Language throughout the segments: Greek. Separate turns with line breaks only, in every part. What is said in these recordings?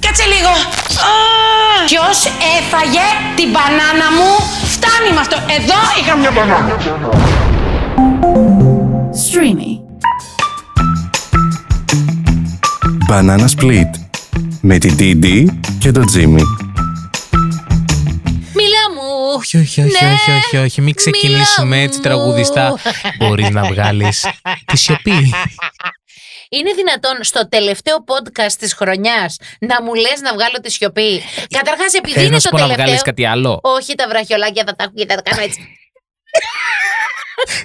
κάτσε λίγο. Ποιος έφαγε την μπανάνα μου. Φτάνει με αυτό. Εδώ είχα μια μπανάνα.
Streamy.
Banana Split με την DD και τον Jimmy.
Μιλά μου.
Όχι, όχι, όχι,
Ναι,
όχι, όχι, όχι. Μην ξεκινήσουμε
μιλά
έτσι
μου.
τραγουδιστά. Μπορεί να βγάλεις τη σιωπή.
Είναι δυνατόν στο τελευταίο podcast της χρονιάς να μου λες να βγάλω τη σιωπή. Καταρχάς, επειδή
Θε
είναι
να σου
το
πω να βγάλει
τελευταίο.
κάτι άλλο.
Όχι τα βραχιολάκια θα τα έχω και θα τα κάνω έτσι.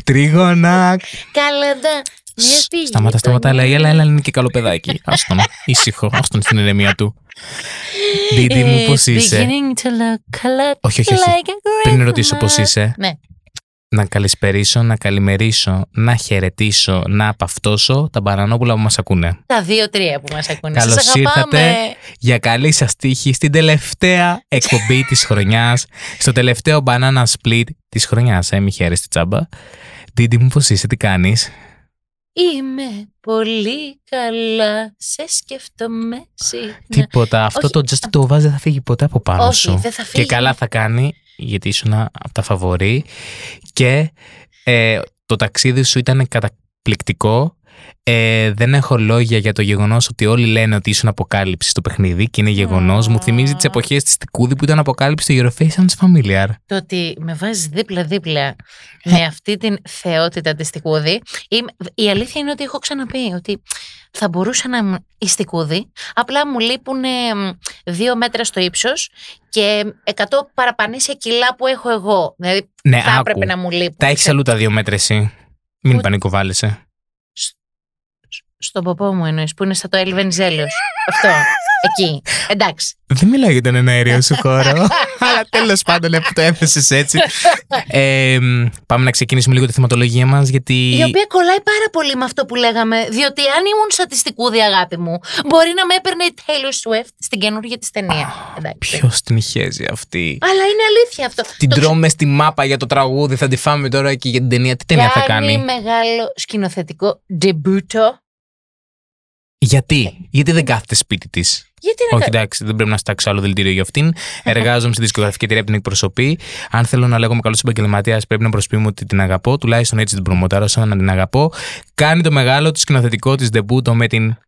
Τρίγωνα.
Καλά, δα. Μια φίλη.
Σταμάτα, σταμάτα. Λέει, έλα, έλα, είναι και καλό παιδάκι. Άστον, ήσυχο. Άστον στην ηρεμία του. Δίδυ μου,
It's
πώς είσαι.
beginning to look a lot
Όχι, όχι, όχι.
like a
Πριν ρωτήσω πώς
grandma.
είσαι,
Ναι.
να καλησπερίσω, να καλημερίσω, να χαιρετήσω, να απαυτώσω τα μπαρανόπουλα που μας ακούνε.
Τα δύο-τρία που μας ακούνε.
Καλώς
Σας αγαπάμε.
ήρθατε. για καλή σας τύχη στην τελευταία εκπομπή της χρονιάς, στο τελευταίο banana split της χρονιάς. Ε, μη χαίρεσαι τη τσάμπα. Δίδυ μου, πώς είσαι, τι κάνεις.
Είμαι πολύ καλά. Σε σκέφτομαι συχνά.
Τίποτα. Αυτό
Ναι. Όχι.
το just το βάζει δεν θα φύγει ποτέ από πάνω
Όχι,
σου.
δεν θα φύγει.
Και καλά θα κάνει, γιατί ήσουν από τα φαβορή. Και ε, το ταξίδι σου ήταν καταπληκτικό. Ε, δεν έχω λόγια για το γεγονός ότι όλοι λένε ότι ήσουν αποκάλυψη στο παιχνίδι και είναι γεγονός. Μου θυμίζει τις εποχές της Τικούδη που ήταν αποκάλυψη στο Euroface Sounds Familiar.
Το ότι με βάζεις
Ε.
δίπλα-δίπλα με αυτή την θεότητα της Στικούδη. Είμαι- Η αλήθεια είναι ότι έχω ξαναπεί ότι θα μπορούσα να είμαι η Στικούδη. Απλά μου λείπουν δύο μέτρα στο ύψος και 100 παραπανήσια κιλά που έχω εγώ. Δηλαδή
Ναι,
θα
άκου.
έπρεπε να μου λείπουν.
Τα έχεις αλλού τα δύο μέτρα εσύ. Μην
Ούτε-
πανικοβάλλεσαι.
Στον ποπό μου εννοείς που είναι στα το Ελβενιζέλιο. Αυτό. Εκεί. Εντάξει.
Δεν μιλάω για τον εναέριο σου χώρο. Αλλά τέλος πάντων ε, που το έθεσες έτσι. Ε, μ, πάμε να ξεκινήσουμε λίγο τη θεματολογία μας, γιατί.
Η οποία κολλάει πάρα πολύ με αυτό που λέγαμε, διότι αν ήμουν στατιστικούδη αγάπη μου, μπορεί να με έπαιρνε η Taylor Swift στην καινούργια της ταινία. Εντάξει.
Ποιος την χέζει αυτή.
Αλλά είναι αλήθεια αυτό.
Την
Το
τρώμε στη μάπα για το τραγούδι, θα τη φάμε τώρα και για την ταινία. Τι ταινία θα κάνει.
μεγάλο σκηνοθετικό ντεμπούτο.
Γιατί, γιατί δεν κάθεται σπίτι της.
Γιατί να
Όχι,
κα-
εντάξει, δεν πρέπει να στάξω άλλο δηλητήριο για αυτήν. Εργάζομαι στη δισκογραφική εταιρεία που την εκπροσωπεί. Αν θέλω να λέγομαι καλός επαγγελματίας, πρέπει να προσποιούμε ότι την αγαπώ. Τουλάχιστον έτσι την προμοτάρω, σαν να την αγαπώ. Κάνει το μεγάλο της σκηνοθετικό της ντεμπούτο με την. Τα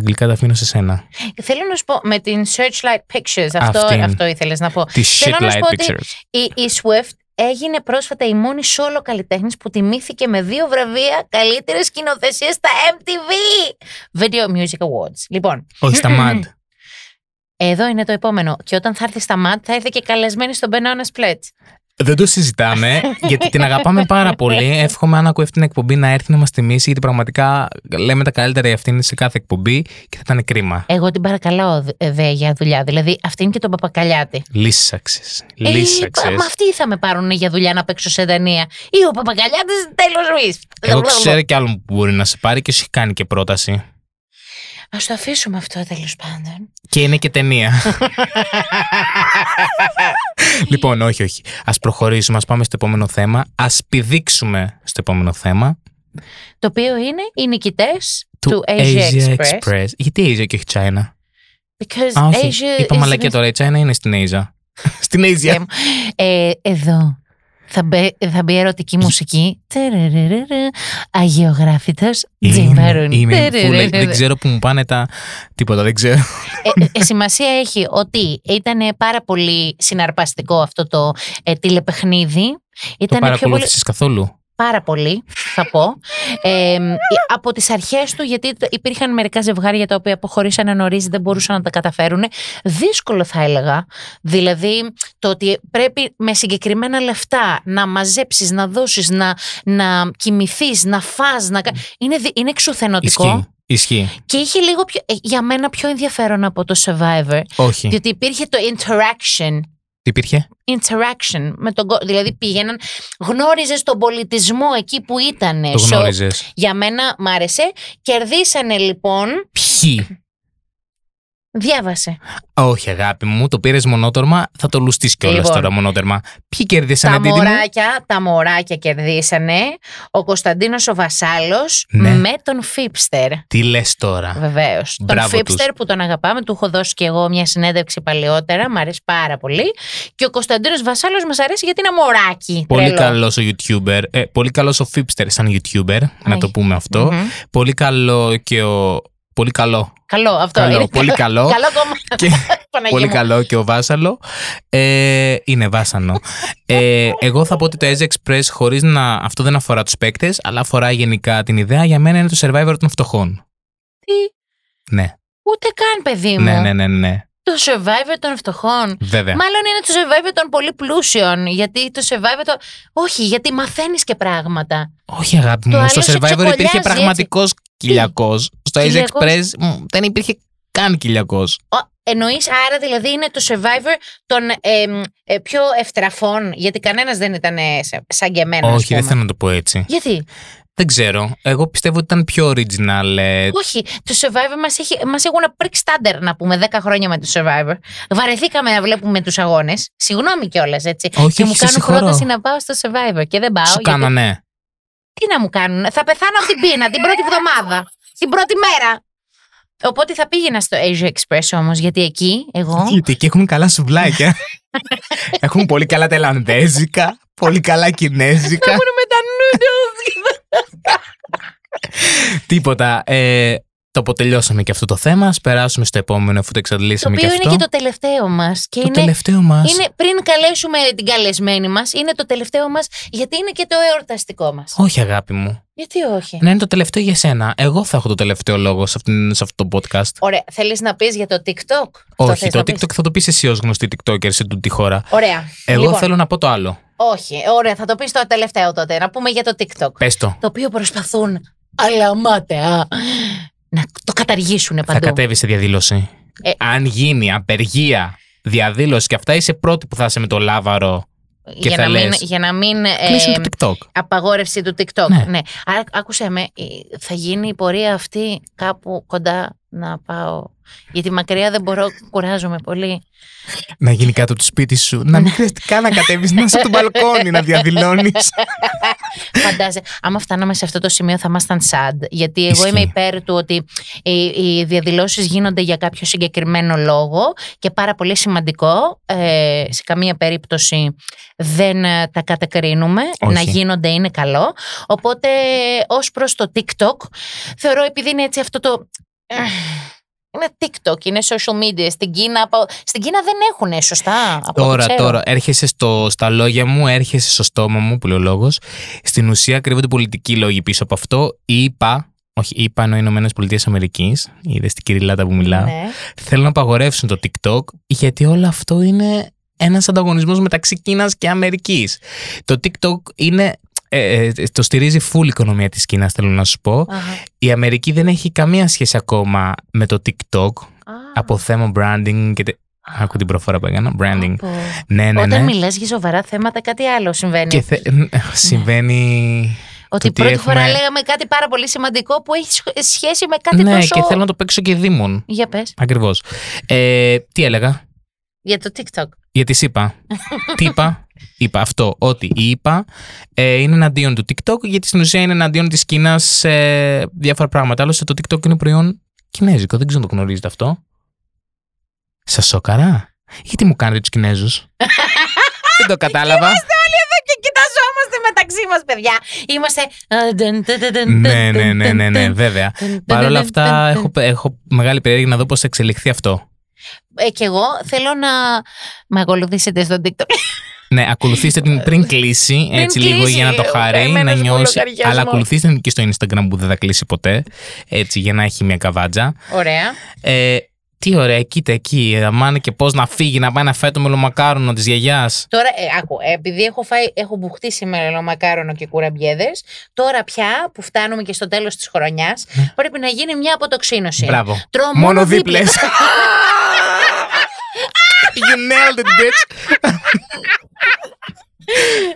Αγγλικά τα αφήνω σε σένα.
Θέλω να σου πω με την Searchlight Pictures, αυτό,
Αυτήν.
αυτό ήθελες να πω.
Τη
Θέλω να σου
Shitlight
πω ότι
Pictures.
Η, η Swift έγινε πρόσφατα η μόνη solo καλλιτέχνης που τιμήθηκε με δύο βραβεία καλύτερη σκηνοθεσία στα MTV Video Music Awards. Λοιπόν,
Όχι, στα
Μμμ.
MAD.
εδώ είναι το επόμενο. Και όταν θα έρθει στα ΜΑΤ, θα έρθει και καλεσμένη στον Banana Split.
Δεν το συζητάμε, γιατί την αγαπάμε πάρα πολύ. Εύχομαι αν ακούει αυτή την εκπομπή να έρθει να μας τιμήσει, γιατί πραγματικά λέμε τα καλύτερα για αυτήν σε κάθε εκπομπή και θα ήταν κρίμα.
Εγώ την παρακαλάω δε- δε για δουλειά. Δηλαδή, αυτή είναι και τον παπακαλιάτη.
Λύσαξε.
Ε,
Λύσαξε.
μα αυτοί θα με πάρουν ε, για δουλειά να παίξω σε ταινία. Ή ο Παπαγκαλιάτη τέλο ζωή.
Εγώ ξέρω κι άλλον που μπορεί να σε πάρει και σου έχει κάνει και πρόταση.
Ας το αφήσουμε αυτό τέλος πάντων.
Και είναι και ταινία. λοιπόν, όχι, όχι. Ας προχωρήσουμε, ας πάμε στο επόμενο θέμα. Ας πηδήξουμε στο επόμενο θέμα.
Το οποίο είναι οι νικητές του, Asia, Express.
Γιατί Asia και όχι China.
Because
Α, όχι.
Asia
Είπα
is-
μαλακία τώρα. Η China είναι στην Asia. στην Asia.
Ε, εδώ θα μπει, θα μπει ερωτική μουσική. Τερερερερε. Αγιογράφητος Τζιμ Μαρούν.
είμαι full-
Τερερερερε.
δεν ξέρω που μου πάνε τα. Τίποτα, δεν ξέρω.
Ε, ε, σημασία έχει ότι ήταν πάρα πολύ συναρπαστικό αυτό το ε, τηλεπαιχνίδι.
Το
Ήταν πιο πολύ,
παρακολούθησες καθόλου.
πάρα πολύ, θα πω. Ε, ε, από τις αρχές του, γιατί τ- υπήρχαν μερικά ζευγάρια τα οποία αποχωρήσαν νωρίς, δεν μπορούσαν να τα καταφέρουν. Δύσκολο θα έλεγα. Δηλαδή, το ότι πρέπει με συγκεκριμένα λεφτά να μαζέψεις, να δώσεις, να, να κοιμηθείς, να φας, να... κα- Είναι, δι- είναι εξουθενωτικό.
Mm. Ισχύει. Ισχύει.
Και είχε λίγο πιο, ε, για μένα πιο ενδιαφέρον από το Survivor,
Όχι.
διότι υπήρχε το interaction
Υπήρχε.
interaction με τον κο- Δηλαδή πήγαιναν, γνώριζες τον πολιτισμό εκεί που ήταν.
Το γνώριζες.
για μένα μ' άρεσε. Κερδίσανε λοιπόν
Ποιοι.
Διάβασε.
Όχι, αγάπη μου, το πήρες μονότορμα, θα το λουστείς κιόλας
Λοιπόν.
τώρα μονότορμα. Ποιοι κέρδισαν
Τα
αντί μου.
μωράκια, τα μωράκια κερδίσανε ο Κωνσταντίνος ο Βασάλος
Ναι.
με τον Φίπστερ.
Τι λες τώρα.
Βεβαίως. Τον
Μπράβο
Φίπστερ που τον αγαπάμε, του έχω δώσει και εγώ μια συνέντευξη παλαιότερα, μου αρέσει πάρα πολύ. Και ο Κωνσταντίνος Βασάλος μας αρέσει γιατί είναι μωράκι.
Πολύ
τρελό.
καλός ο YouTuber. Ε, πολύ καλός ο Fipster σαν YouTuber, να
Αι.
το πούμε αυτό.
Μμμ.
Πολύ καλό και ο. Πολύ καλό.
Καλό αυτό.
Καλό,
είναι
πολύ καλό.
Καλό κομμάτι.
Και-
Παναγία
Πολύ
μου.
καλό και ο Βάσαλο. Ε, είναι βάσανο. Ε, εγώ θα πω ότι το Edge Express χωρίς να. Αυτό δεν αφορά τους παίκτες, αλλά αφορά γενικά την ιδέα. Για μένα είναι το survivor των φτωχών.
Τι?
Ναι.
Ούτε καν, παιδί μου.
Ναι, ναι, ναι, ναι.
Το survivor των φτωχών.
Βέβαια.
Μάλλον είναι το survivor των πολύ πλούσιων. Γιατί το survivor. Το... Όχι, γιατί μαθαίνεις και πράγματα.
Όχι, αγάπη
Το
μου. Στο
άλλο σε
survivor
τσοκολιάζει,
υπήρχε
έτσι.
πραγματικό κυλιακό. Στο Edge
Κυλιακός.
Express μ, δεν υπήρχε καν κυλιακός.
Εννοείς άρα δηλαδή είναι το survivor των εμ, ε, πιο ευτραφών. Γιατί κανένας δεν ήταν ε, σε- σαν και εμένα. ας
Όχι, δεν
πούμε.
θέλω να το πω έτσι.
Γιατί,
Δεν ξέρω. Εγώ πιστεύω ότι ήταν πιο original. ε,
όχι, το Survivor μας, έχει, μας έχουν πρίξει στάντερ να πούμε 10 χρόνια με το Survivor. Βαρεθήκαμε να βλέπουμε τους αγώνες. Συγγνώμη κιόλας, έτσι.
Όχι,
και
όχι,
μου
σε
κάνουν
συγχωρώ.
πρόταση να πάω στο Survivor και δεν πάω.
Σου
γιατί-
κάνανε.
Τι να μου κάνουν, θα πεθάνω από την πείνα την πρώτη εβδομάδα, την πρώτη μέρα. Οπότε θα πήγαινα στο Asia Express όμως, γιατί εκεί εγώ.
Γιατί εκεί έχουν καλά σουβλάκια. έχουν πολύ καλά τελανδέζικα, πολύ καλά κινέζικα.
Μόνο με τα
τίποτα. Ε, το αποτελειώσαμε και αυτό το θέμα. Ας περάσουμε στο επόμενο, αφού το
Το
εξαντλήσαμε
οποίο
αυτό.
είναι και το τελευταίο μας. Και
Το
είναι,
τελευταίο μας.
είναι πριν καλέσουμε την καλεσμένη μας, είναι το τελευταίο μας, γιατί είναι και το εορταστικό μας.
Όχι, αγάπη μου.
Γιατί όχι.
Να είναι το τελευταίο για σένα. Εγώ θα έχω το τελευταίο λόγο σε, αυτήν- σε αυτό το podcast.
Ωραία, θέλεις να πεις για το TikTok. Αυτό
Όχι,
θες
το
να
TikTok
πεις?
θα το πεις εσύ ως γνωστή TikToker σε τούτη τη χώρα.
Ωραία.
Εγώ
λοιπόν,
θέλω να πω το άλλο.
Όχι, ωραία, θα το πεις το τελευταίο τότε. Να πούμε για το TikTok.
Πες το.
Το οποίο προσπαθούν αλαμάτεα να το καταργήσουν
Θα
παντού.
κατέβει σε διαδήλωση.
Ε.
Αν γίνει απεργία, διαδήλωση και αυτά, είσαι πρώτη που θα είσαι με το λάβαρο. Και
για,
θα
να μην,
λες,
για να μην. ε,
Κλείσουν το TikTok.
απαγόρευση του TikTok.
Ναι.
Ναι. Άρα, άκουσε με, ε, θα γίνει η πορεία αυτή κάπου κοντά να πάω. Γιατί μακριά δεν μπορώ, κουράζομαι πολύ.
Να γίνει κάτω από το σπίτι σου. Να μην χρειάζεται καν να κατέβεις, να είσαι από το μπαλκόνι να διαδηλώνεις.
Φαντάζε, άμα φτάναμε σε αυτό το σημείο θα ήμασταν sad. Γιατί εγώ
Ισχύει.
είμαι υπέρ του ότι οι, οι διαδηλώσεις γίνονται για κάποιο συγκεκριμένο λόγο και πάρα πολύ σημαντικό. Ε, σε καμία περίπτωση δεν ε, τα κατακρίνουμε.
Όχι.
Να γίνονται είναι καλό. Οπότε, ως προς το TikTok, θεωρώ επειδή είναι έτσι αυτό το. ε, Είναι TikTok, είναι social media. Στην Κίνα, απο- στην Κίνα δεν έχουν, σωστά. από ό,τι
τώρα,
ξέρω.
τώρα, έρχεσαι στο, στα λόγια μου, έρχεσαι στο στόμα μου, που λέει ο λόγος. Στην ουσία κρύβονται πολιτικοί λόγοι πίσω από αυτό. Οι ΗΠΑ, όχι, οι ΗΠΑ εννοεί Ηνωμένες Πολιτείες Αμερικής, είδες την κυριλάτα που μιλάω.
Ναι.
Θέλουν να απαγορεύσουν το TikTok γιατί όλο αυτό είναι ένας ανταγωνισμός μεταξύ Κίνας και Αμερικής. Το TikTok είναι... ε, ε, το στηρίζει full η οικονομία της Κίνας θέλω να σου πω
Αχα.
η Αμερική δεν έχει καμία σχέση ακόμα με το TikTok
Α,
από θέμα branding και τε... άκου την προφορά που έκανα branding
πω.
ναι ναι
Όταν Ναι.
ναι
μιλάς για σοβαρά θέματα, κάτι άλλο συμβαίνει.
και θε- ε, συμβαίνει
ότι
ότι
πρώτη φορά
έχουμε- σχ-
λέγαμε κάτι πάρα πολύ σημαντικό που έχει σχ- σχέση με κάτι
ναι
τόσο.
και θέλω να το παίξω και δίμον
Για πες,
ακριβώς ε, τι έλεγα
για το TikTok.
Γιατί τις είπα. Τι είπα. Είπα αυτό, ότι η ΕΠΑ ε, είναι εναντίον του TikTok, γιατί στην ουσία είναι εναντίον της Κίνας σε διάφορα πράγματα. Άλλωστε το TikTok είναι προϊόν κινέζικο, δεν ξέρω αν το γνωρίζετε αυτό. Σας σοκαρά. Γιατί μου κάνετε τους Κινέζους. δεν το κατάλαβα.
Ε, Και κοιταζόμαστε μεταξύ μας, παιδιά. Είμαστε.
ναι, ναι, ναι, ναι, ναι, βέβαια. Παρ' όλα
ναι,
αυτά έχω, έχω μεγάλη περιέργεια να δω πώς θα εξελιχθεί αυτό.
Ε, και εγώ θέλω να με ακολουθήσετε στο TikTok.
Ναι, ακολουθήστε την πριν κλείσει, έτσι λίγο
κλείσει,
για να το
ο
χαρεί, να
καημένος μου
νιώσει.
λογαριασμός.
Αλλά ακολουθήστε την και στο Instagram που δεν θα κλείσει ποτέ, έτσι για να έχει μια καβάτζα.
Ωραία.
Ε, τι ωραία, κοίτα εκεί, αμάνε και πώς να φύγει, να πάει να φάει το μελομακάρονο της γιαγιάς.
Τώρα, ε, άκου, ε, επειδή έχω, φάει, έχω μπουχτεί σήμερα λομακάρονο και κουραμπιέδες, τώρα πια που φτάνουμε και στο τέλος της χρονιάς, πρέπει να γίνει μια αποτοξίνωση.
Ναι. Μπράβο.
Τρώω
Μόνο
μόνο
δίπλε.
δίπλες.
You nailed it, bitch.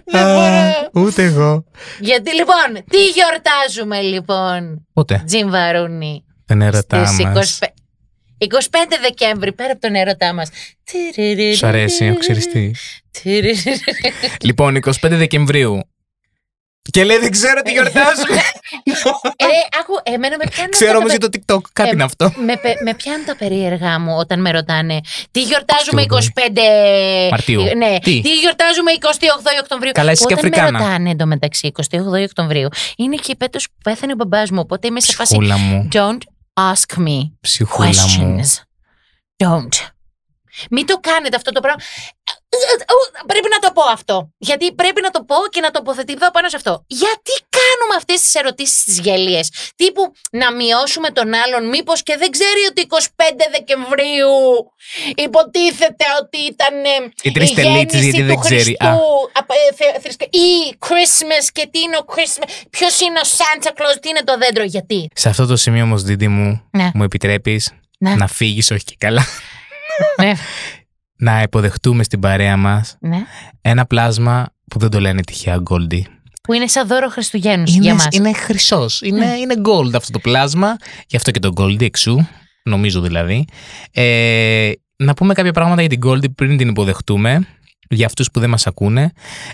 Δεν μπορώ.
Α, Ούτε εγώ.
Ναι, Γιατί λοιπόν, τι γιορτάζουμε λοιπόν,
Ούτε.
Τζιμβαρούνι,
Δεν
στι
ερωτάμε.
25. 25 Δεκέμβρη, πέρα από τον έρωτά μας.
Σου αρέσει, έχω ξυριστεί. Λοιπόν, 25 Δεκεμβρίου. Και λέει, δεν ξέρω τι γιορτάζουμε.
Ε, άκου, εμένα με πιάνουν.
ξέρω
αυτά
όμως
τα
για το TikTok, κάτι
Ε,
είναι αυτό.
με, πε- με πιάνουν τα περίεργά μου όταν με ρωτάνε τι γιορτάζουμε 25
28 Μαρτίου.
Ναι,
Τι?
τι, γιορτάζουμε 28 Οκτωβρίου.
Καλά, είσαι και
όταν
Αφρικάνα.
με ρωτάνε εντωμεταξύ 28 Οκτωβρίου, είναι και η πέτος που πέθανε ο μπαμπάς μου. Οπότε είμαι σε φάση.
Ψυχούλα μου.
Don't ask me
Ψυχούλα μου.
questions. Don't. Μην το κάνετε αυτό το πράγμα. Πρέπει να το πω αυτό. Γιατί πρέπει να το πω και να τοποθετηθώ πάνω σε αυτό. Γιατί κάνουμε αυτές τις ερωτήσεις τι γελίες. Τύπου να μειώσουμε τον άλλον, μήπως και δεν ξέρει ότι 25 Δεκεμβρίου υποτίθεται ότι ήταν. ε,
Η τρεις
η
τελίτης,
γέννηση
γιατί δεν
του
ξέρει.
Χριστού,
Α.
απ- ε, θε- θρησκε- Ή Christmas και τι είναι ο Christmas. Ποιος είναι ο Santa Claus, τι είναι το δέντρο, γιατί.
Σε αυτό το σημείο όμως, Δίδυ μου,
Ναι.
μου επιτρέπεις
Ναι.
να φύγεις όχι και καλά.
ναι.
να υποδεχτούμε στην παρέα μας
ναι.
ένα πλάσμα που δεν το λένε τυχαία Goldie.
Που είναι σαν δώρο Χριστουγέννους για
Είναι,
μας.
είναι χρυσός. Είναι, είναι gold αυτό το πλάσμα. Γι' αυτό και το gold εξού. Νομίζω δηλαδή. Ε, να πούμε κάποια πράγματα για την gold πριν την υποδεχτούμε. Για αυτούς που δεν μας ακούνε.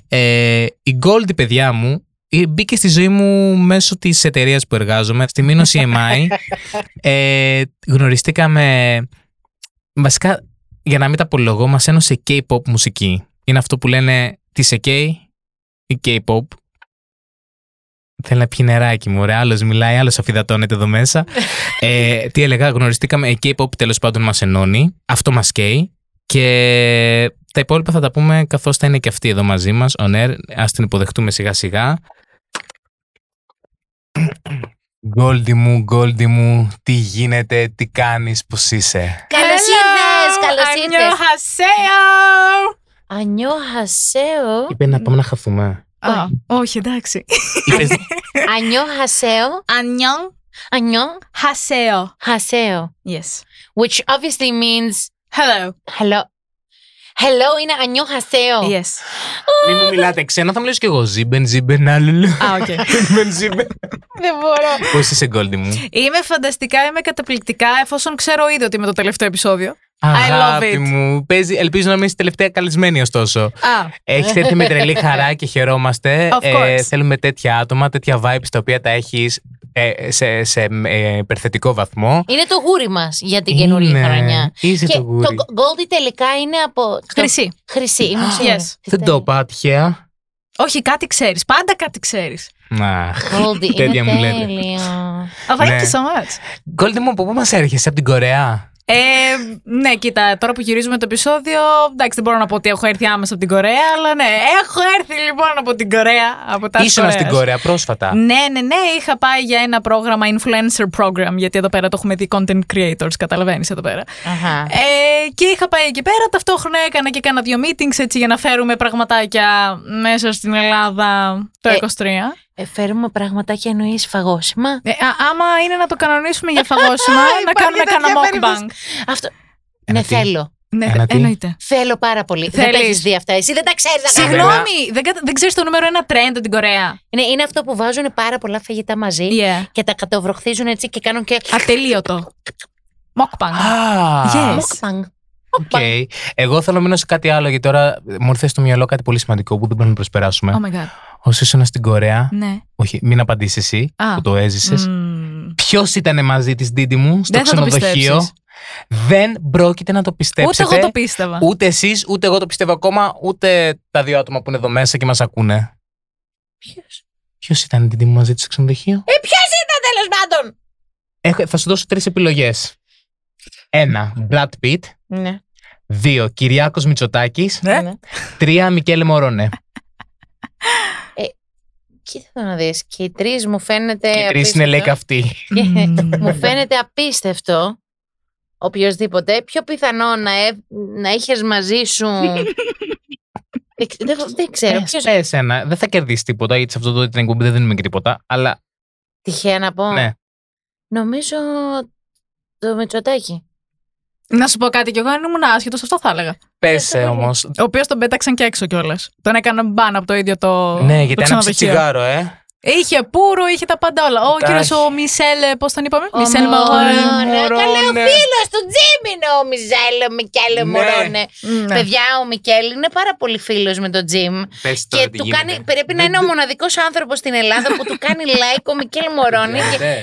Ε, η gold, παιδιά μου, ε, μπήκε στη ζωή μου μέσω της εταιρείας που εργάζομαι, στη Μήνος EMI. ε, γνωριστήκαμε. Βασικά, για να μην τα απολογώ, μας ένωσε K-pop μουσική. Είναι αυτό που λένε τη σε K ή K-pop. Θέλω να πιει νεράκι μου, ωραία. Άλλος μιλάει, άλλος αφιδατώνεται εδώ μέσα. ε, τι έλεγα, γνωριστήκαμε. Η K-pop τέλος πάντων μας ενώνει. Αυτό μας καίει. Και τα υπόλοιπα θα τα πούμε καθώς θα είναι και αυτή εδώ μαζί μας. Ο Νέρ, ας την υποδεχτούμε σιγά σιγά. Γκόλντι μου, γκόλντι μου, τι γίνεται, τι κάνεις, πώς είσαι.
Καλώς ήρθες! Καλώς ήρθε!
Χασέο!
Ανιόχασέο.
Είπε να πάμε να χαθούμε.
Α, όχι, εντάξει.
Είπες,
Ανιόχασέο.
Ανιόν
Ανιόχασέο.
Χασέο. Yes.
Which obviously means
Hello.
hello. Hello είναι ανιόχασέο.
Oh. Yes.
μη μου μιλάτε ξένα, θα μιλήσω κι εγώ. Ζίμπεν, ζίμπεν, άλλου.
Α, οκ.
Ζίμπεν, ζίμπεν.
Δεν μπορώ.
Πώς είσαι, γκόλντι μου.
Είμαι φανταστικά, είμαι καταπληκτικά, εφόσον ξέρω ήδη ότι είμαι το τελευταίο επεισόδιο. I love
Αγάπη
it.
μου. Παίζει, ελπίζω να μην είσαι τελευταία καλεσμένη, ωστόσο.
Α,
Έχεις έρθει με τρελή χαρά και χαιρόμαστε. Ε,
Of course.
θέλουμε τέτοια άτομα, τέτοια vibes τα οποία τα έχεις σε, σε ε, υπερθετικό βαθμό.
Είναι το γούρι μας για την καινούργια
Είναι.
χρονιά.
Είσαι το γούρι.
το Goldie τελικά είναι από. το-
χρυσή.
Χρυσή. ήμουν
Yes.
σίγουρη.
Δεν το είπα τυχαία.
Όχι, κάτι ξέρεις. Πάντα κάτι ξέρεις.
Αχ.
Goldie
Τέτοια
είναι
μου λέτε.
τέλειο.
Oh, thank
Ναι.
you so much.
Γκόλντι μου, από πού μας έρχεσαι, από την Κορέα.
Ε, ναι, κοίτα, τώρα που γυρίζουμε το επεισόδιο, εντάξει, δεν μπορώ να πω ότι έχω έρθει άμεσα από την Κορέα, αλλά ναι, έχω έρθει λοιπόν από την Κορέα, από τα
Ήσουνα στην Κορέας πρόσφατα.
Ναι, ναι, ναι, είχα πάει για ένα πρόγραμμα, influencer program, γιατί εδώ πέρα το έχουμε δει content creators, καταλαβαίνεις εδώ πέρα.
Αχα.
Ε, και είχα πάει εκεί πέρα, ταυτόχρονα έκανα και κάνα δύο meetings έτσι για να φέρουμε πραγματάκια μέσα στην Ελλάδα το
Ε.
23.
Ε, Φέρουμε πραγματάκια εννοείς φαγόσιμα.
Ε, α, άμα είναι να το κανονίσουμε για φαγόσιμα, να κάνουμε κάνα mukbang.
Αυτό.
Ένα
Ναι,
τι.
θέλω.
Ναι,
Ένα τι.
εννοείται.
Θέλω πάρα πολύ. Δεν τα
Θέλεις.
έχεις δει αυτά. Εσύ δεν τα ξέρεις.
Συγγνώμη, δεν, κατα- δεν ξέρεις το νούμερο ένα trend από την Κορέα.
Είναι, Ναι, είναι αυτό που βάζουν πάρα πολλά φαγητά μαζί
Yeah.
και τα κατοβροχθίζουν έτσι και κάνουν και.
Ατελείωτο. Mukbang.
Α,
Yes.
Mukbang.
οκ. Εγώ θέλω να μείνω σε κάτι άλλο, γιατί τώρα μου ήρθε στο μυαλό κάτι πολύ σημαντικό που δεν πρέπει να προσπεράσουμε.
Oh my god.
Όσο ήσουν στην Κορέα,
Ναι.
όχι, μην απαντήσεις εσύ
Α.
που το έζησες.
Μμμ.
Ποιος ήταν μαζί της Ντίντι μου στο
Δεν θα το
ξενοδοχείο.
πιστέψεις.
δεν πρόκειται να το πιστέψετε.
Ούτε εγώ το πίστευα.
Ούτε εσείς, ούτε εγώ το πιστεύω ακόμα, ούτε τα δύο άτομα που είναι εδώ μέσα και μας ακούνε.
Ποιος?
Ποιος ήταν η Ντίντι μου μαζί της στο ξενοδοχείο.
Ε.
Τέλος πάντων.
Έχω- θα σου δώσω τρεις επιλογές. Ένα, Brad Pitt.
Ναι.
Δύο, Κυριάκος Μητσοτάκης.
Ναι.
ναι.
Τρία, Μικέλε Μωρόνε.
Κοίτα να δει. Και οι τρεις μου φαίνεται.
Ε,
Οι τρεις
απίστευτο.
είναι λέει καυτοί.
Μμμ.
Μου φαίνεται απίστευτο. Οποιοδήποτε. Πιο πιθανό να, ε, να είχες μαζί σου. δεν, ξε- δεν- δεν
Ε,
ξέρω.
Πες,
Ποιος...
πες ένα. Δεν θα κερδίσεις τίποτα, γιατί σε αυτό το την εκπομπή δεν δίνουμε και τίποτα. Αλλά
Τυχαία να πω.
ναι.
Νομίζω το Μητσοτάκι.
Να σου πω κάτι κι εγώ, αν ήμουν άσχετος, αυτό θα έλεγα.
Πέσε
πολύ.
όμως.
Ο οποίος τον πέταξαν και έξω κιόλας. Τον έκαναν μπαν από το ίδιο το.
Ναι,
το
γιατί άναψε
ξενοδοχείο.
τσιγάρο, ε.
Είχε πουρο, είχε τα πάντα όλα. Ο
Εντάξει.
κύριος ο Μισελ, πώς τον είπαμε,
Ο
Μισελ Μαγόρε.
Μωρόνε. Καλέ ο
Μωρόνε.
Ε, φίλος του Τζιμ είναι ο Μιζέλ, ο Μικέλ, ο
Ναι.
Μωρόνε.
Ναι.
Παιδιά, ο Μικέλ είναι πάρα πολύ φίλος με τον Τζιμ.
Πες τώρα
Και
τι
του
γίνεται.
κάνει, πρέπει να είναι ο μοναδικός άνθρωπος στην Ελλάδα που του κάνει like ο Μικέλ Μωρόνε.
Ναι,
και-
ναι.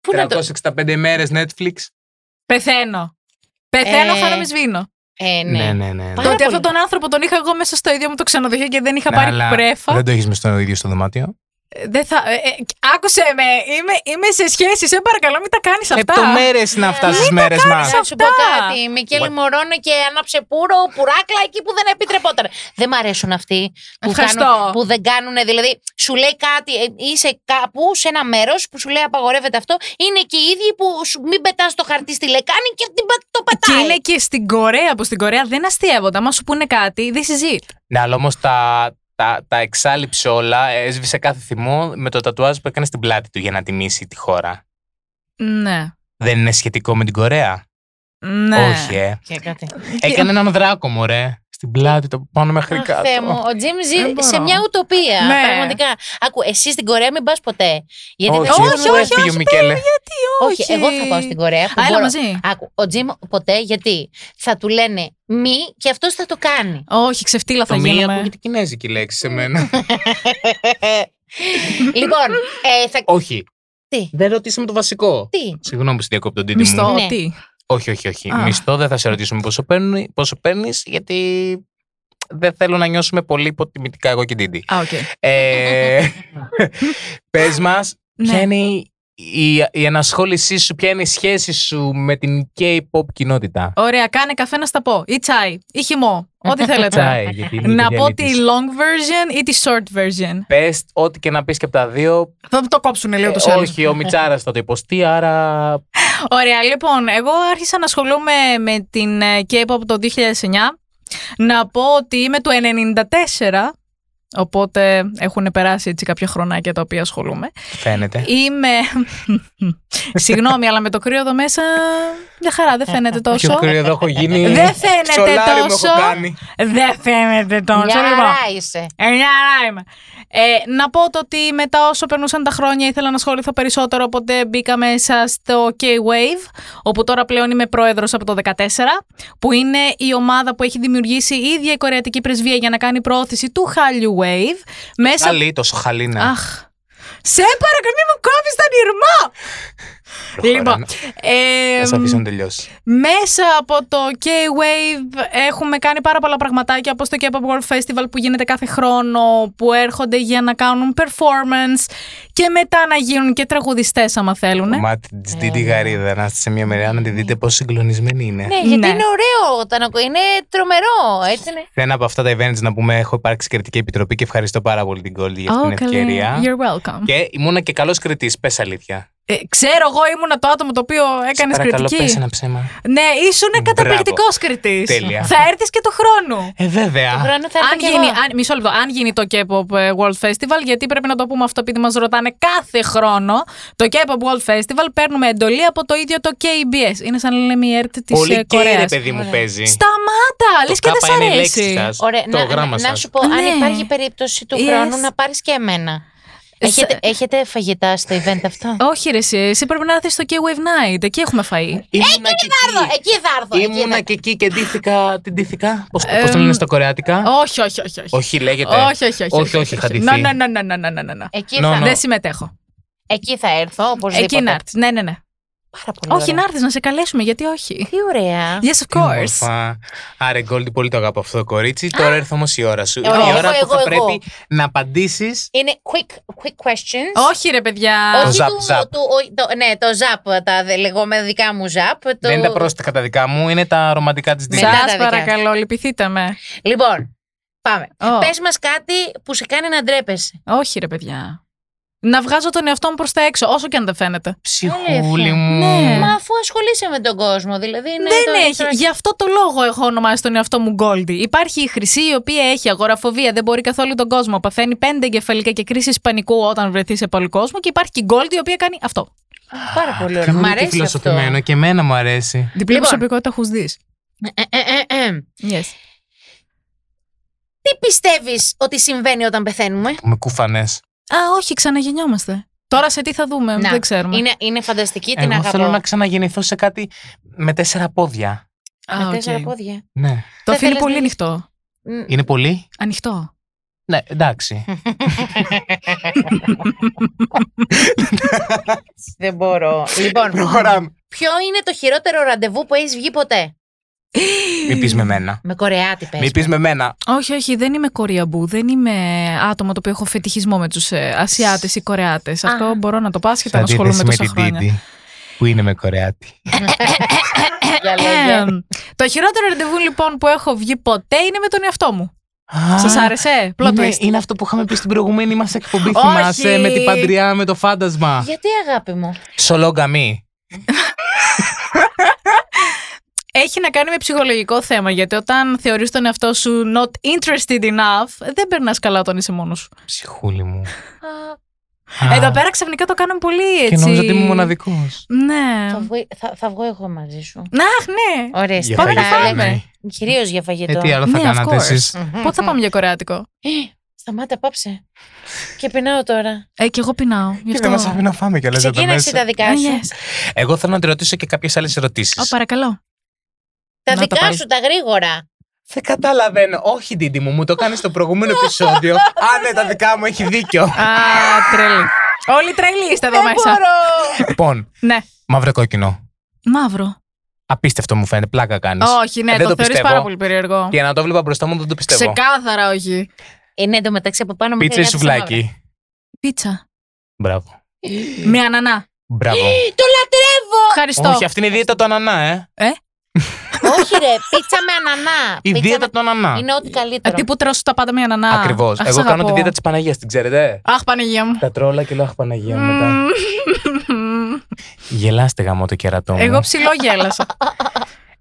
Πού να το.
365 μέρες Netflix.
Πεθαίνω. Πεθαίνω,
Ε,
χάνω με σβήνω.
Ε,
Ναι,
ναι.
ναι, ναι.
Πάρα
Το ότι
πολύ.
αυτόν τον άνθρωπο τον είχα εγώ μέσα στο ίδιο μου το ξενοδοχείο και δεν είχα
Ναι,
πάρει
αλλά
πρέφα.
Δεν το έχεις με στο ίδιο στο δωμάτιο.
Ε, Δεν θα. ε, ε, άκουσε με, είμαι, είμαι σε σχέση. Σε παρακαλώ, μην τα κάνεις
Ε,
αυτά.
Λεπτομέρειες είναι αυτά στις μέρε μα.
Να σου πω
αυτά.
κάτι. Μικέλ
What?
Μωρόνε και ανάψε πουρο, πουράκλα εκεί που δεν επιτρεπόταν. Δεν μ' αρέσουν αυτοί που,
Ευχαριστώ.
κάνουν, που δεν κάνουν. Δηλαδή, σου λέει κάτι, ε, είσαι κάπου σε ένα μέρος που σου λέει απαγορεύεται αυτό. Είναι και οι ίδιοι που σου, μην πετάς το χαρτί στη λεκάνη και την πε- το
Και
πετάει.
είναι και στην Κορέα, που στην Κορέα δεν αστείευονται. Άμα σου πούνε κάτι, δεν συζητ.
Ναι, αλλά όμως τα, τα, τα εξάλληψε όλα. Έσβησε κάθε θυμό με το τατουάζ που έκανε στην πλάτη του για να τιμήσει τη χώρα.
Ναι.
Δεν είναι σχετικό με την Κορέα.
Ναι.
Όχι, ε.
Και κάτι.
Έκανε έναν δράκο μου, ρε. Στην πλάτη, το πάνω μέχρι
Αχ, Θεέ μου,
κάτω.
ο Τζιμ
Δεν
ζει
μπορώ.
σε μια ουτοπία.
Ναι.
Πραγματικά. Άκου, εσύ στην Κορέα μην πας ποτέ. Γιατί
όχι,
δεν ξέρουμε-
όχι, όχι,
έφυγε ο Μικέλε.
όχι, εγώ θα πάω στην Κορέα. που
Α, έλα
μπορώ.
μαζί.
Άκου, ο Τζιμ ποτέ γιατί θα του λένε μη και αυτός θα το κάνει.
Όχι, ξεφτύλα θα
Το μία
γίνουμε.
ακούγεται κινέζικη λέξη σε μένα.
λοιπόν, ε, θα.
Όχι.
Τι?
Δεν ρωτήσαμε το βασικό.
Τι.
Συγγνώμη που σε διακόπτω τον τίτλο.
Μισθό,
Ναι.
τι.
Όχι, όχι, όχι.
Α.
Μισθό δεν θα σε ρωτήσουμε πόσο, παίρνει, πόσο παίρνεις, γιατί δεν θέλω να νιώσουμε πολύ υποτιμητικά εγώ και Ντίντι.
Α, οκ.
Ε, πες μας, ποια
Ναι.
είναι η, η, η ενασχόλησή σου, ποια είναι η σχέση σου με την K-pop κοινότητα.
Ωραία, κάνε καφέ να στα πω. Ή τσάι, ή χυμό. Ό,τι θέλετε.
Τσάι, γιατί είναι η
Να πω
γυαλί
τη
της.
long version ή τη short version.
Πες ό,τι και να πεις και από τα δύο.
Θα το κόψουν λίγο
ε, όχι, ο Μιτσάρας θα το υποστεί, άρα...
Ωραία, λοιπόν, εγώ άρχισα να ασχολούμαι με την ε, K-pop το 2009. Να πω ότι είμαι του 94, οπότε έχουν περάσει έτσι κάποια χρονάκια τα οποία ασχολούμαι.
Φαίνεται.
Είμαι. Συγγνώμη, αλλά με το κρύο εδώ μέσα. Μια χαρά, δεν φαίνεται
Ε, Πιο
τόσο.
κρύο εδώ έχω γίνει.
Δεν φαίνεται
σολάρι μου έχω
τόσο.
κάνει.
δεν φαίνεται τόσο.
Μια
Λοιπόν,
χαρά είσαι.
ε, μια χαρά είμαι. Ε, να πω το ότι μετά όσο περνούσαν τα χρόνια ήθελα να ασχοληθώ περισσότερο, οπότε μπήκα μέσα στο K-Wave, όπου τώρα πλέον είμαι πρόεδρος από το 14, που είναι η ομάδα που έχει δημιουργήσει η ίδια η κορεατική πρεσβεία για να κάνει πρόθεση του Hallyu Wave. Μέσα...
Χαλή, τόσο χαλή, ναι.
Αχ. Σε παρακαλώ, μη μου κόβεις τον ήρμό!
Προχώρα,
λοιπόν,
ναι.
Ε,
Να σε αφήσω να τελειώσει.
μέσα από το K-Wave έχουμε κάνει πάρα πολλά πραγματάκια όπως το K-Pop World Festival που γίνεται κάθε χρόνο που έρχονται για να κάνουν performance και μετά να γίνουν και τραγουδιστές άμα θέλουν.
Μάτι τη Ντίντι Γαρίδα, να είστε σε μια μεριά να τη δείτε πόσο συγκλονισμένη είναι.
Ναι, γιατί
Ε. Ναι.
είναι ωραίο όταν ακούει. Είναι τρομερό, έτσι είναι.
Σε ένα από αυτά τα events να πούμε, έχω υπάρξει κριτική επιτροπή και ευχαριστώ πάρα πολύ την Goldie για αυτή την ευκαιρία.
You're welcome.
Και ήμουνα και καλός κριτής, πες αλήθεια.
Ε, ξέρω εγώ ήμουνα το άτομο το οποίο έκανες
Σε παρακαλώ,
κριτική.
πες ένα ψέμα.
Ναι, ήσουν
Μπράβο.
καταπληκτικός κριτής.
Τέλεια.
Θα έρθεις και του χρόνου.
Ε,
Του
βέβαια.
χρόνου θα έρθω
αν
κι εγώ.
γίνει, αν, μισό λεπτό, αν γίνει το K-pop ε, World Festival, γιατί πρέπει να το πούμε αυτό επειδή μας ρωτάνε κάθε χρόνο, το K-pop World Festival παίρνουμε εντολή από το ίδιο το KBS. Είναι σαν να λέμε η ΕΡΤ της
Πολύ
ε,
και ρε,
Κορέας.
παιδί μου,
Ωραία.
παίζει.
Σταμάτα, λες και
κάπα
δεν σ'
είναι η λέξη
αρέσει.
σας,
Ωραία,
το
να,
γράμμα
να, να
σας.
σου πω,
Ναι.
αν υπάρχει περίπτωση του
Yes.
χρόνου να πάρεις και εμένα. Έχετε, έχετε φαγητά στο event αυτό.
Όχι ρε εσύ, εσύ πρέπει να έρθεις στο K-Wave Night, εκεί έχουμε φαΐ.
Ήμουνα και
Εδώ,
εκεί.
εκεί θα έρθω. εκεί θα
Ήμουνα
έρθω.
και εκεί και ντύθηκα. Την ντύθηκα. Πώς
Εμ,
το λένε στα κορεάτικα.
Όχι, όχι, όχι. όχι.
Όχι, λέγεται.
Όχι, όχι, όχι.
όχι, Ε, ναι. όχι, είχα ντυθεί.
Να, να, να, να, να, να, να, να.
Εκεί,
Νο,
θα,
νο.
Δεν συμμετέχω.
εκεί θα έρθω, οπωσδήποτε.
Εκεί να έρθεις. Ναι, ναι, ναι.
Πάρα πολύ
Όχι,
ωραία.
να έρθεις, να σε καλέσουμε, γιατί όχι.
Τι ωραία.
Yes, of
Τι
course.
όμορφα. Άρε, Γκόλντι, πολύ το αγαπώ αυτό το κορίτσι. Τώρα έρθε όμως η ώρα σου. Είναι
Ε, Εγώ,
η
εγώ,
ώρα που θα
εγώ.
πρέπει να απαντήσεις.
Είναι quick, quick questions.
Όχι ρε παιδιά.
Το
Όχι
ζαπ,
του,
ζαπ.
του- ο- το, ναι, το ζαπ, τα δε- λεγόμενα δικά μου ζαπ. Το...
Δεν είναι τα πρόστιχα τα δικά μου, είναι τα ρομαντικά της
Μετά
Disney.
Σας
τα δικά.
παρακαλώ, λυπηθείτε με.
Λοιπόν, πάμε.
Ω,
Πες μας κάτι που σε κάνει να ντρέπεσαι.
Όχι, ρε παιδιά. Να βγάζω τον εαυτό μου προς τα έξω, όσο και αν δεν φαίνεται.
Ψυχούλη
Αλήθεια.
μου.
Ναι. Ε.
Μα αφού ασχολείσαι με τον κόσμο, δηλαδή. Ναι,
δεν
το-
έχει.
το-
Γι' αυτό το λόγο έχω ονομάσει τον εαυτό μου Γκόλντι. Υπάρχει η Χρυσή, η οποία έχει αγοραφοβία, δεν μπορεί καθόλου τον κόσμο. Παθαίνει πέντε εγκεφαλικά και κρίση πανικού όταν βρεθεί σε πολλού κόσμο. Και υπάρχει και η Γκόλντι, η οποία κάνει αυτό.
Πάρα πολύ ωραία.
Καλό
Μ'
είναι και
αρέσει αυτό.
φιλοσοφημένο και εμένα μου αρέσει.
Διπλή
Λοιπόν.
προσωπικότητα έχω δεις.
Ε, ε, ε, ε, ε.
Yes.
Τι πιστεύεις ότι συμβαίνει όταν πεθαίνουμε.
Ε,
Που με κούφανες.
Α, όχι, ξαναγεννιόμαστε. Τώρα σε τι θα δούμε,
Να,
δεν ξέρουμε.
Είναι, είναι φανταστική, την
Εγώ
αγαπώ.
θέλω να ξαναγεννηθώ σε κάτι με τέσσερα πόδια.
Α,
Με
οκ. Ε,
τέσσερα πόδια.
Ναι.
Το
Δεν
αφήνει
θέλεις
πολύ
να-
ανοιχτό.
Μ,
Είναι πολύ.
Ανοιχτό.
Ναι, εντάξει.
Δεν μπορώ. Λοιπόν,
Προχωράμε.
ποιο είναι το χειρότερο ραντεβού που έχεις βγει ποτέ.
Μην πεις με μένα.
Με Κορεάτη, πες.
Μην πει με μένα.
Όχι, όχι, δεν είμαι Κοριαμπού. Δεν είμαι άτομο το οποίο έχω φετιχισμό με τους ε, Ασιάτες ή Κορεάτες. Αυτό μπορώ να το πω άσχετα να ασχολούμαι τόσα χρόνια.
που είναι με Κορεάτη.
Ε,
Για λόγια.
Εμ, το χειρότερο ραντεβού λοιπόν που έχω βγει ποτέ είναι με τον εαυτό μου. Σας άρεσε, plot
Είναι,
twist.
είναι αυτό που είχαμε πει στην προηγούμενη μας εκπομπή.
Όχι.
Θυμάσαι με την παντριά, με το
ε.
φάντασμα.
Γιατί αγάπη μου.
Σολόγγαμι.
Έχει να κάνει με ψυχολογικό θέμα, γιατί όταν θεωρείς τον εαυτό σου not interested enough, δεν περνάς καλά όταν είσαι μόνος σου.
Ψυχούλη μου.
Α,
Α,
Εδώ πέρα ξαφνικά το κάναμε πολύ έτσι.
Και νόμιζα ότι είμαι μοναδικός.
Ναι.
θα, βγω, θα, θα βγω εγώ μαζί σου.
Να, αχ, ναι.
Ωραία,
Πάμε να φάμε.
Κυρίως για
ναι. Ε,
φαγητό.
τι άλλο θα
Ναι, of
κάνατε
course.
εσείς.
Μμμ.
Πότε θα πάμε για κορεάτικο.
Ε, Σταμάτα, πάψε. Και πεινάω τώρα.
Ε, και εγώ πεινάω. Γι'
Και δεν
αυτό.
μας άφηνε να φάμε κιόλας εδώ
Ξεκίνα εσύ
μέσα.
τα
Ε,
δικά σου.
yes.
Εγώ θέλω να τη ρωτήσω και κάποιες άλλες
Ω,
ερωτήσεις.
παρακαλώ. Να
Τα
τα
δικά
πάρεις.
σου, τα γρήγορα.
Δεν καταλαβαίνω. Όχι, Ντίντι μου, μου το κάνεις στο προηγούμενο επεισόδιο. Α, ναι, τα δικά μου έχει δίκιο.
Α, τρελή. Όλοι τρελοί είστε εδώ μέσα.
λοιπόν,
Ναι.
μαύρο κόκκινο.
Μαύρο.
Απίστευτο μου φαίνεται, πλάκα κάνεις.
Όχι, ναι,
Ε, Δεν
το
το
θεωρείς
πιστεύω.
πάρα πολύ περίεργο.
Και να το βλέπα μπροστά μου δεν το πιστεύω.
Ξεκάθαρα όχι.
Είναι εντωμεταξύ από πάνω μέχρι
Πίτσα ή
κάτω στα μαύρα.
σουβλάκι.
Πίτσα.
Μπράβο.
Με ανανά.
Μπράβο.
Το λατρεύω!
Ευχαριστώ.
Όχι, αυτή είναι η δίαιτα του ανανά, ε.
Όχι, ρε, πίτσα με ανανά.
Η
Πίτσα
δίαιτα
με-
του ανανά.
Είναι ό,τι καλύτερο.
Ε, Τι που τρώσω τα πάντα με ανανά.
Ακριβώς.
Αχ,
Εγώ
σ'
κάνω τη
αγαπώ.
δίαιτα της Παναγίας, την ξέρετε.
Αχ, Παναγία μου.
Τα τρόλα και λέω Αχ Παναγία μου μετά.
Μμμ.
Γελάστε γαμό το κερατό μου.
Εγώ ψηλό γέλασα.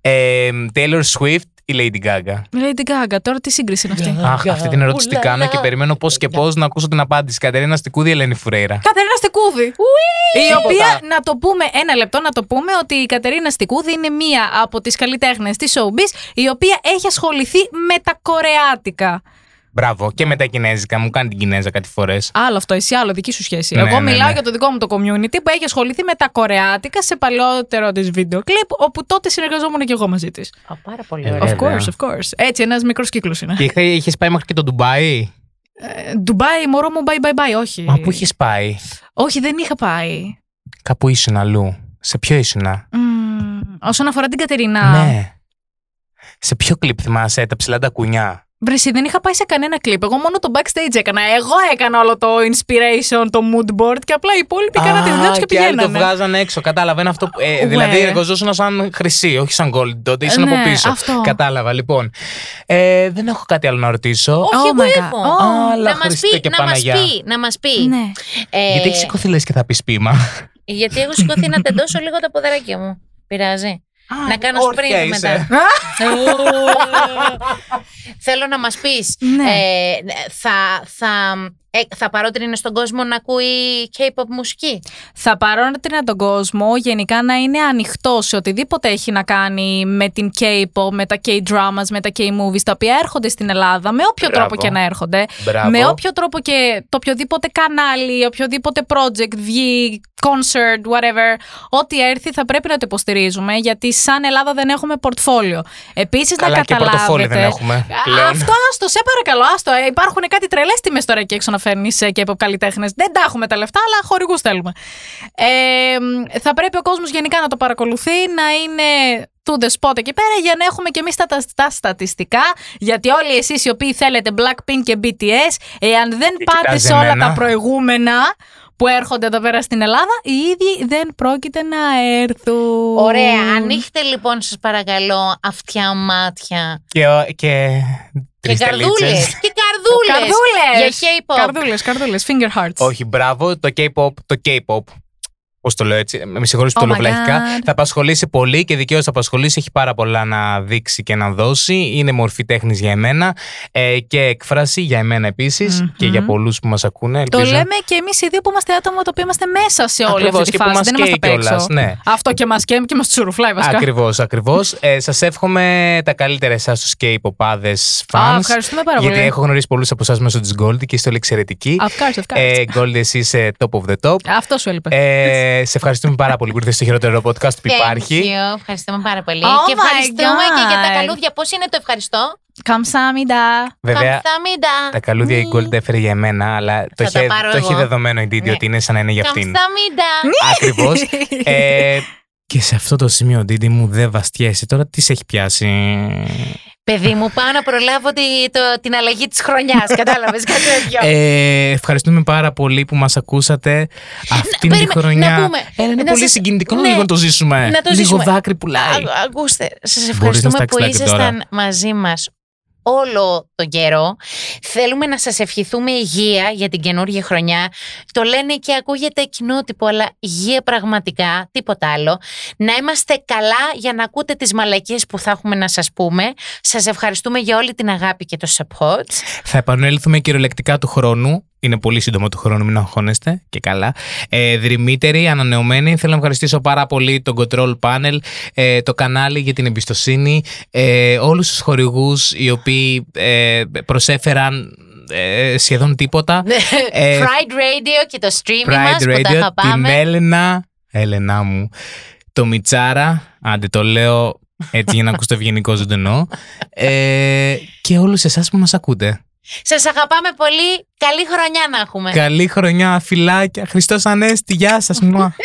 Ε, Taylor Swift ή Lady Gaga.
Λέει την Gaga, τώρα τι σύγκριση είναι αυτή.
Αχ, αυτή την ερώτηση την κάνω και περιμένω πώς και πώς να ακούσω την απάντηση. Κατερίνα Στικούδη, Ελένη Φουρέιρα.
Κατερίνα Στικούδη. Η
Τίποτα.
οποία, να το πούμε, ένα λεπτό, να το πούμε ότι η Κατερίνα Στικούδη είναι μία από τις καλλιτέχνες της showbiz, η οποία έχει ασχοληθεί με τα κορεάτικα.
Μπράβο, και με τα Κινέζικα. Μου κάνει την Κινέζα κάτι φορές.
Άλλο αυτό, εσύ άλλο, δική σου σχέση.
Ναι,
Εγώ
ναι,
μιλάω
ναι.
για το δικό μου το community που έχει ασχοληθεί με τα κορεάτικα σε παλαιότερο της βίντεο κλιπ, όπου τότε συνεργαζόμουν και εγώ μαζί της.
Α, πάρα
Ε,
πολύ
Of
ωραία.
βέβαια.
course, of course. Έτσι, ένας μικρός κύκλος είναι.
Και είχα, είχες πάει μέχρι και το Ντουμπάι.
Ε, Ντουμπάι, μωρό μου, bye bye bye, όχι.
Μα πού είχε πάει.
Όχι, δεν είχα πάει.
Κάπου ήσουν αλλού. Σε ποιο ήσουνα.
Μμμ, όσον αφορά την Κατερίνα.
Ναι. Σε ποιο κλιπ θυμάσαι τα ψηλά τα κουνιά.
Βρεσί, δεν είχα πάει σε κανένα κλιπ. Εγώ μόνο το backstage έκανα. Εγώ έκανα όλο το inspiration, το mood board και απλά οι υπόλοιποι κάνανε τις δουλειές και
και άλλοι το
πηγαίνανε.
βγάζανε έξω. Κατάλαβα. Είναι αυτό. που- ε,
Ουε.
δηλαδή, εργοζόσουν σαν χρυσή, όχι σαν gold. Τότε ήσουν
Ναι,
από πίσω.
αυτό.
Κατάλαβα, λοιπόν. Ε, δεν έχω κάτι άλλο να ρωτήσω.
Όχι,
Oh
εγώ
my God.
έχω.
Oh.
Αλλά
Να μας
Χριστέ και
πει, να μας
Παναγιά.
πει, να μας πει.
Ναι.
Ε,
Γιατί έχεις σηκωθεί λες και θα πεις πείμα.
γιατί έχω σηκωθεί να τεντώσω λίγο τα ποδαράκια μου. Πειράζει. να κάνω
όρθια
sprint
είσαι.
μετά. Θέλω να μας πεις
Ναι.
ε, θα, θα, ε, θα παρότρινες τον κόσμο να ακούει K-pop μουσική.
Θα παρότρινα τον κόσμο γενικά να είναι ανοιχτό σε οτιδήποτε έχει να κάνει με την K-pop, με τα K-dramas, με τα K-movies, τα οποία έρχονται στην Ελλάδα, με όποιο
Μπράβο.
τρόπο και να έρχονται.
Μπράβο.
Με όποιο τρόπο και το οποιοδήποτε κανάλι, οποιοδήποτε project βγει, concert, whatever, ό,τι έρθει θα πρέπει να το υποστηρίζουμε, γιατί σαν Ελλάδα δεν έχουμε πορτφόλιο. Επίσης να
Καλά και
καταλάβετε.
πορτοφόλι δεν έχουμε.
Α,
πλέον.
Αυτό άστο, σε παρακαλώ, άστο. Ε, Υπάρχουν κάτι τρελές τιμές τώρα εκεί έξω να φέρνει και από καλλιτέχνες. Δεν τα έχουμε τα λεφτά, αλλά χορηγούς θέλουμε. Ε, μ, θα πρέπει ο κόσμος γενικά να το παρακολουθεί, να είναι to the spot εκεί πέρα για να έχουμε και εμείς τα, τα, τα στατιστικά. Γιατί όλοι εσείς οι οποίοι θέλετε Blackpink και BTS, εάν δεν
Και
πάτε
κοιτάζε
σε όλα
εμένα.
τα προηγούμενα που έρχονται εδώ πέρα στην Ελλάδα, οι ίδιοι δεν πρόκειται να έρθουν.
Ωραία, ανοίχτε λοιπόν σας παρακαλώ αυτιά μάτια.
Και, και
Και
τρεις τελίτσες.
καρδούλες, και καρδούλες.
Καρδούλες!
Για K-pop.
Καρδούλες, καρδούλες, finger hearts.
Όχι, μπράβο, το K-pop, το K-pop. Πώς το λέω έτσι, με συγχωρείτε
Oh
που το
my
λέω βλαχικά.
God.
Θα απασχολήσει πολύ και δικαίως θα απασχολήσει. Έχει πάρα πολλά να δείξει και να δώσει. Είναι μορφή τέχνης για εμένα ε, και έκφραση για εμένα επίσης,
Μμμ.
και για πολλούς που μας ακούνε.
Το
ελπίζω.
λέμε και εμείς οι δύο που είμαστε άτομα τα οποία είμαστε μέσα σε όλη
Ακριβώς,
αυτή τη
και που
φάση.
μας
Δεν είμαστε απ'
καίει
έξω.
κιόλας, ναι.
Αυτό και μας καίει και μας τσουρουφλάει βασικά.
Ακριβώς, ακριβώς. Ε, Σας εύχομαι τα καλύτερα εσάς τους και οι ποπάδε
Α,
fans.
ευχαριστούμε πάρα
γιατί
πολύ.
έχω γνωρίσει πολλούς από εσάς μέσω της Gold και είστε όλοι εξαιρετικοί.
Ευχαριστώ, ευχαριστώ.
Ε, Gold, εσύ είσαι top of the top.
Αυτό σου έλειπε.
Ε, σε ευχαριστούμε πάρα πολύ που ήρθες στο χειρότερο podcast που υπάρχει.
Thank you. Ευχαριστούμε πάρα πολύ.
Oh
και
my
ευχαριστούμε και για τα
God.
καλούδια. Πώς είναι το ευχαριστώ.
Καμσάμιντα.
Βέβαια,
Καμθαμίντα.
τα καλούδια η Gold έφερε για εμένα, αλλά το,
Mm. τα
είχε,
πάρω
το είχε
εγώ.
δεδομένο η Didi
Ναι.
ότι είναι σαν να είναι για αυτήν.
Καμθαμίντα.
Ναι.
Ακριβώς. ε, και σε αυτό το σημείο, Didi μου, δεν βαστιέσαι. Τώρα τι σε έχει πιάσει.
Παιδί μου, πάω να προλάβω τη- το- την αλλαγή της χρονιάς. Κατάλαβες κάτι τέτοιο.
Ε, ευχαριστούμε πάρα πολύ που μας ακούσατε αυτήν τη
περίμενε,
χρονιά.
να πούμε,
Έλα, είναι
να
πολύ
σας-
συγκινητικό να
ναι,
λίγο να το ζήσουμε.
να το
λίγο
ζήσουμε.
δάκρυ πουλάει.
Α, ακούστε, σας
να
ευχαριστούμε
στάξεις
που
τα άκρη τώρα.
ήσασταν μαζί μας όλο τον καιρό. Θέλουμε να σας ευχηθούμε υγεία για την καινούργια χρονιά. Το λένε και ακούγεται κοινότυπο, αλλά υγεία πραγματικά, τίποτα άλλο. Να είμαστε καλά για να ακούτε τις μαλακίες που θα έχουμε να σας πούμε. Σας ευχαριστούμε για όλη την αγάπη και το support.
Θα επανέλθουμε κυριολεκτικά του χρόνου. Είναι πολύ σύντομο του χρόνου, μην αγχώνεστε και καλά. Ε, δρυμύτερη, ανανεωμένη. Θέλω να ευχαριστήσω πάρα πολύ τον Control Panel, ε, το κανάλι για την εμπιστοσύνη, ε, όλους τους χορηγούς οι οποίοι ε, προσέφεραν ε, σχεδόν τίποτα. Ε,
Pride Radio Ναι, και το streaming μας
Pride
που τα
Radio, την
αγαπάμε.
Έλενα, Έλενα μου, το Μιτσάρα, άντε το λέω έτσι για να ακούς το ευγενικό ζωντανό, ε, και όλους εσάς που μας ακούτε.
Σας αγαπάμε πολύ. Καλή χρονιά να έχουμε.
Καλή χρονιά, φιλάκια, Χριστός Ανέστη, γεια σας. Μουα.